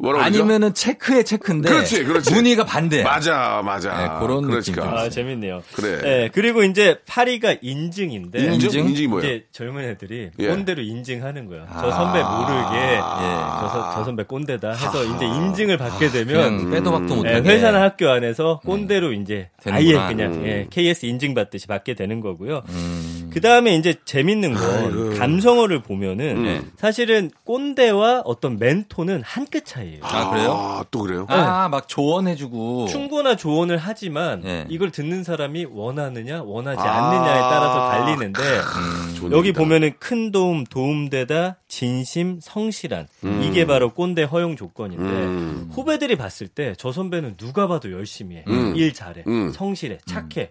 뭐라고 그러죠? 아니면은 체크에 체크인데 그렇지, 그렇지. 무늬가 반대. 맞아, 맞아. 네, 예. 그런 그러니까. 느낌. 아 재밌네요. 그래. 예, 그리고 이제 파리가 인증인데 인증? 인증? 인증이 뭐예요? 이제 젊은 애들이 예. 꼰대로 인증하는 거야. 저 선배 모르게 예, 저, 선- 저 선배 꼰대다 해서 이제 인증을 받게 되면 그냥 빼도 박도 예, 못하게. 회사나 학교 안에서 꼰대로 이제 아예 되는구나. 그냥 음. 예, KS 인증 받듯이 받게 되는 거고요. 그 다음에 이제 재밌는 건 감성어를 보면은 음. 사실은 꼰대와 어떤 멘토는 한 끗 차이예요. 아 그래요? 또 그래요? 아 막 조언해주고 충고나 조언을 하지만 예. 이걸 듣는 사람이 원하느냐 원하지 아, 않느냐에 따라서 달리는데 좋은 여기 얘기다. 보면은 큰 도움 도움되다 진심 성실한 음. 이게 바로 꼰대 허용 조건인데 음. 후배들이 봤을 때 저 선배는 누가 봐도 열심히 해. 음. 일 잘해. 음. 성실해. 착해.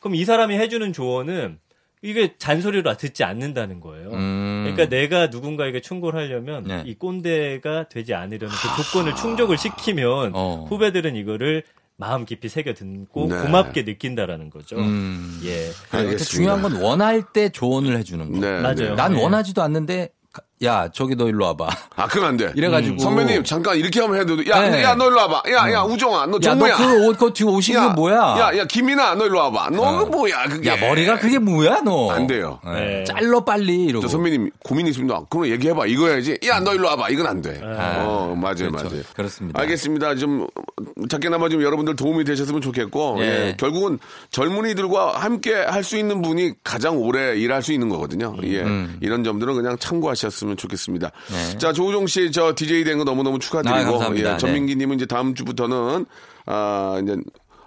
그럼 이 사람이 해주는 조언은 이게 잔소리로 듣지 않는다는 거예요. 음. 그러니까 내가 누군가에게 충고를 하려면 네. 이 꼰대가 되지 않으려는 그 조건을 충족을 시키면 어. 후배들은 이거를 마음 깊이 새겨 듣고 네. 고맙게 느낀다라는 거죠. 음. 예. 그러니까 중요한 건 원할 때 조언을 해주는 거. 맞아요. 네. 난 네. 원하지도 않는데 가- 야 저기 너 일로 와봐. 아 그건 안 돼. 이래가지고 음. 선배님 잠깐 이렇게 하면 해도 야, 근데 네. 야, 너 일로 와봐. 야, 야, 우정아, 너 야, 정모야. 너 그거 옷, 그거 뒤에 옷이 그거 뭐야? 야, 야, 김민아, 너 일로 와봐. 너 어. 그 뭐야, 그게. 야, 머리가 그게 뭐야 너? 안 돼요. 네. 잘러 빨리 이러고. 저 선배님 고민 있으면 너 그럼 얘기해봐 이거야지. 야 너 일로 와봐 이건 안 돼. 아, 어 맞아요 그렇죠. 맞아요. 그렇습니다. 알겠습니다. 좀 작게나마 좀 여러분들 도움이 되셨으면 좋겠고 예. 예, 결국은 젊은이들과 함께 할 수 있는 분이 가장 오래 일할 수 있는 거거든요. 예. 음. 네. 이런 점들은 그냥 참고하셨으면 좋겠습니다. 자 조우종 씨 저 DJ 된 거 너무너무 아, 축하드리고 감사합니다. 예, 전민기님은 이제 다음 주부터는 아 이제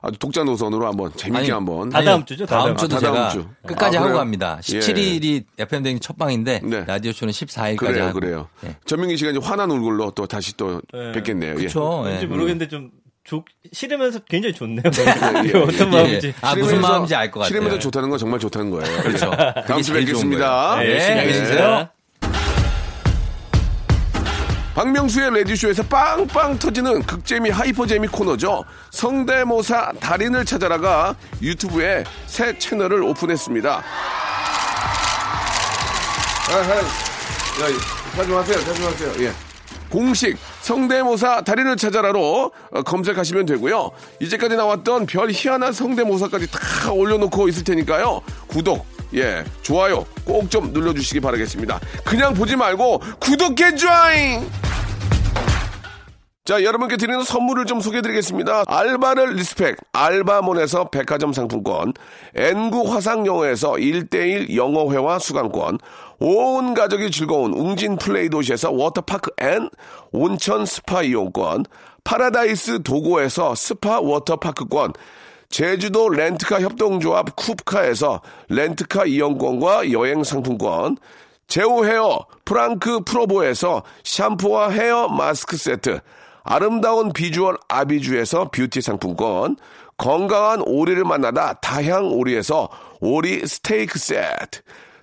아주 독자 노선으로 한번 재밌게 아니, 한번 아니요. 다음 아, 주도 다 제가 다음 주. 끝까지 아, 하고 그래요? 갑니다. 예. 네. 17일이 FM 대행 첫 방인데 라디오 쇼는 14일까지 그래요, 하고. 그래요. 예. 전민기 씨가 이제 화난 얼굴로 또 다시 또 예. 뵙겠네요. 그쵸, 예. 뭔지 음. 모르겠는데 좀 좋- 싫으면서 굉장히 좋네요. 예, 예. 어떤 마음인지. 싫으면서- 아, 알것 같아요. 싫으면서 좋다는 건 정말 좋다는 거예요. 그렇죠. 예. 다음 그게 주에 제일 좋은 뵙겠습니다. 거예요. 예, 안녕히 계세요. 박명수의 레디쇼에서 빵빵 터지는 극재미 하이퍼재미 코너죠. 성대모사 달인을 찾아라가 유튜브에 새 채널을 오픈했습니다. 아, 자중하세요, 자중하세요. 예. 공식 성대모사 달인을 찾아라로 어, 검색하시면 되고요. 이제까지 나왔던 별 희한한 성대모사까지 다 올려놓고 있을 테니까요. 구독, 예, 좋아요 꼭 좀 눌러주시기 바라겠습니다. 그냥 보지 말고 구독해 줘잉! 자, 여러분께 드리는 선물을 좀 소개해드리겠습니다. 알바를 리스펙, 알바몬에서 백화점 상품권, N구 화상영어에서 1대1 영어회화 수강권, 온 가족이 즐거운 웅진 플레이 도시에서 워터파크 앤 온천 스파 이용권, 파라다이스 도고에서 스파 워터파크권, 제주도 렌트카 협동조합 쿱카에서 렌트카 이용권과 여행 상품권, 제오 헤어 프랑크 프로보에서 샴푸와 헤어 마스크 세트, 아름다운 비주얼 아비주에서 뷰티 상품권, 건강한 오리를 만나다 다향 오리에서 오리 스테이크 세트,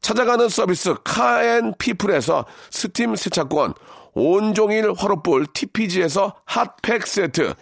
찾아가는 서비스 카앤피플에서 스팀 세차권, 온종일 화롯불 TPG에서 핫팩 세트,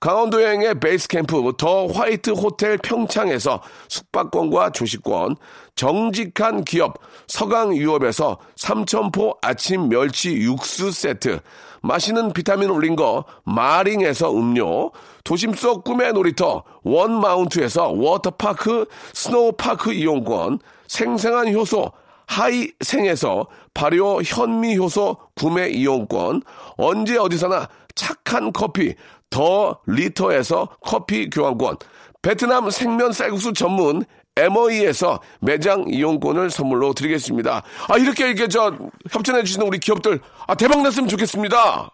강원도 여행의 베이스 캠프 더 화이트 호텔 평창에서 숙박권과 조식권, 정직한 기업 서강유업에서 삼천포 아침 멸치 육수 세트, 마시는 비타민 올린 거 마링에서 음료, 도심 속 꿈의 놀이터 원마운트에서 워터파크 스노우파크 이용권, 생생한 효소 하이생에서 발효 현미 효소 구매 이용권, 언제 어디서나 착한 커피 더 리터에서 커피 교환권, 베트남 생면 쌀국수 전문 MOE에서 매장 이용권을 선물로 드리겠습니다. 아 이렇게 이렇게 저 협찬해 주시는 우리 기업들 아 대박 났으면 좋겠습니다.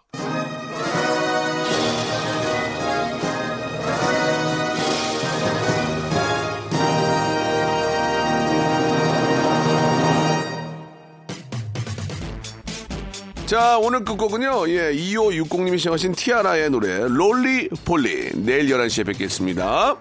자, 오늘 끝곡은요, 예, 2560님이 신청하신 티아라의 노래, 롤리 폴리. 내일 11시에 뵙겠습니다.